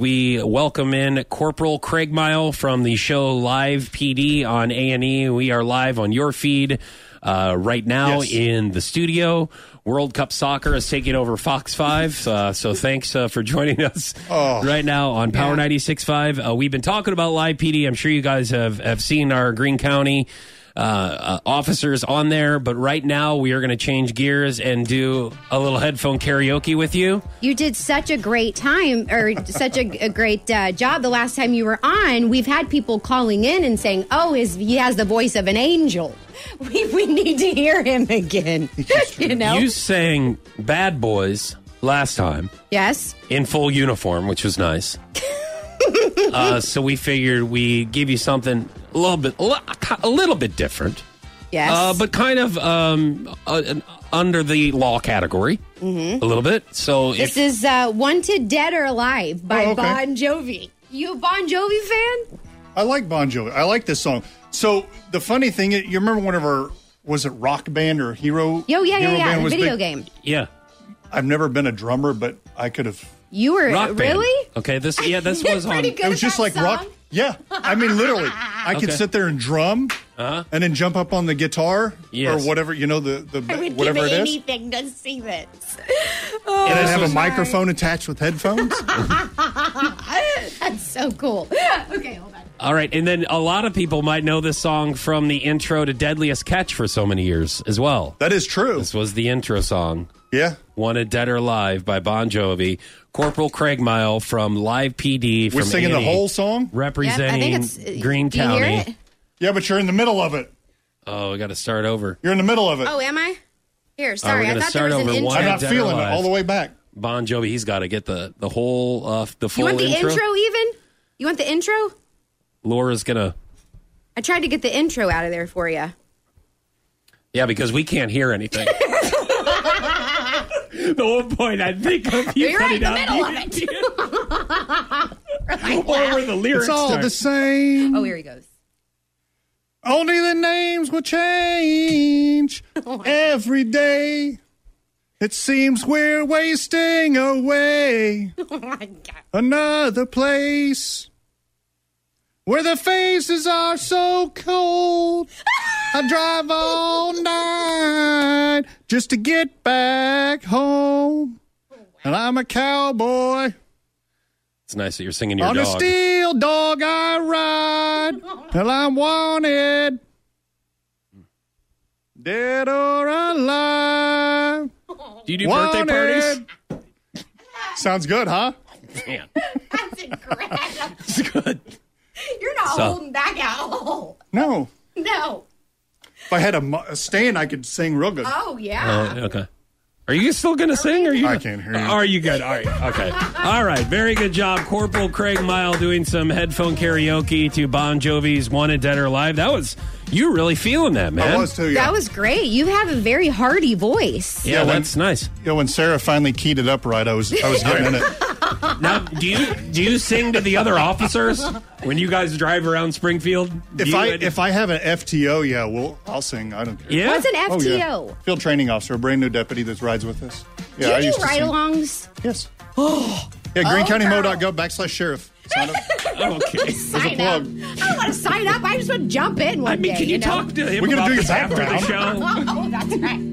we welcome in Corporal Craig Mile from the show Live PD on A and E. We are live on your feed uh, right now Yes. in the studio. World Cup Soccer is taking over Fox Five, uh, so thanks uh, for joining us right now on Power ninety six five. Uh, we've been talking about Live PD. I'm sure you guys have have seen our Green County. Uh, uh, officers on there, but right now we are going to change gears and do a little headphone karaoke with you. You did such a great time or such a, a great uh, job the last time you were on. We've had people calling in and saying, "Oh, his, he has the voice of an angel. We, we need to hear him again." you know? You sang Bad Boys last time yes. in full uniform, which was nice. uh, so we figured we give you something a little bit, a li- a little bit different, Yes. uh, but kind of um, uh, an- under the law category a little bit. So Mm-hmm. this if, is uh, "Wanted Dead or Alive" by Oh, okay. Bon Jovi. You a Bon Jovi fan? I like Bon Jovi. I like this song. So the funny thing, you remember one of our was it Rock Band or Hero? Yo, Oh, yeah, Hero yeah, yeah. Band The was video big? game. yeah, I've never been a drummer, but I could have. You were rock band. really? Okay, this yeah, this You're was on. pretty good. It was at just that like rock. song? Yeah, I mean literally, I could Okay. Uh-huh. sit there and drum, and then jump up on the guitar Yes. or whatever you know the the I would whatever give it is, anything to see this. Oh, and I'd have a Sorry. microphone attached with headphones. That's so cool. Okay, hold on. All right, and then a lot of people might know this song from the intro to Deadliest Catch for so many years as well. that is true. This was the intro song. Yeah, Wanted Dead or Alive by Bon Jovi. Corporal Craig Mile from Live PD. we're from singing the A&E, whole song. Representing Green uh, do you hear County. it? Yeah, but you're in the middle of it. Oh, we got to start over. You're in the middle of it. Oh, am I? Uh, Here, we're sorry. I gonna thought there start was an over intro. one. I'm not Dead or feeling it alive. all the way back. Bon Jovi, he's got to get the the whole uh, the you full want the intro? intro. even? You want the intro? Laura's gonna I tried to get the intro out of there for you. yeah, because we can't hear anything. the whole point I think of you You're right putting in the out middle of the or where the lyrics It's all start. the same. Oh, here he goes. Only the names will change Oh every day. It seems we're wasting away Oh my god. another place where the faces are so cold. I drive all night just to get back home. And I'm a cowboy. It's nice that you're singing your On a dog. steel dog I ride till I'm wanted. Dead or alive. Do you do birthday parties? Wanted. Sounds good, huh? Man, That's incredible. it's good. You're not So- holding back at all. No. No. If I had a, mu- a stand, I could sing real good. Oh yeah. Oh, okay. Are you still going to sing? Or are you? I can't hear you. Are you good? All right. Okay. All right. Very good job, Corporal Craig Mile, doing some headphone karaoke to Bon Jovi's "Wanted Dead or Alive." That was you really feeling that, man. I was too, yeah. That was great. You have a very hearty voice. Yeah, Yeah, when- that's nice. you know, when Sarah finally keyed it up right, I was I was getting in it. Now, do you do you sing to the other officers when you guys drive around Springfield? Do If you- I if I have an FTO, yeah, well, I'll sing. I don't care. yeah, What's an FTO? Oh, yeah. Field training officer, a brand new deputy that rides with us. Yeah, I Do you used do to sing. ride-alongs? Yes. yeah, greencountymo.gov girl. backslash sheriff. Sign up. okay. Sign up. plug. I don't want to sign up. I just want to jump in one I mean, day. can you, know? talk to him We're gonna about do this his after the background. show? Oh, that's right.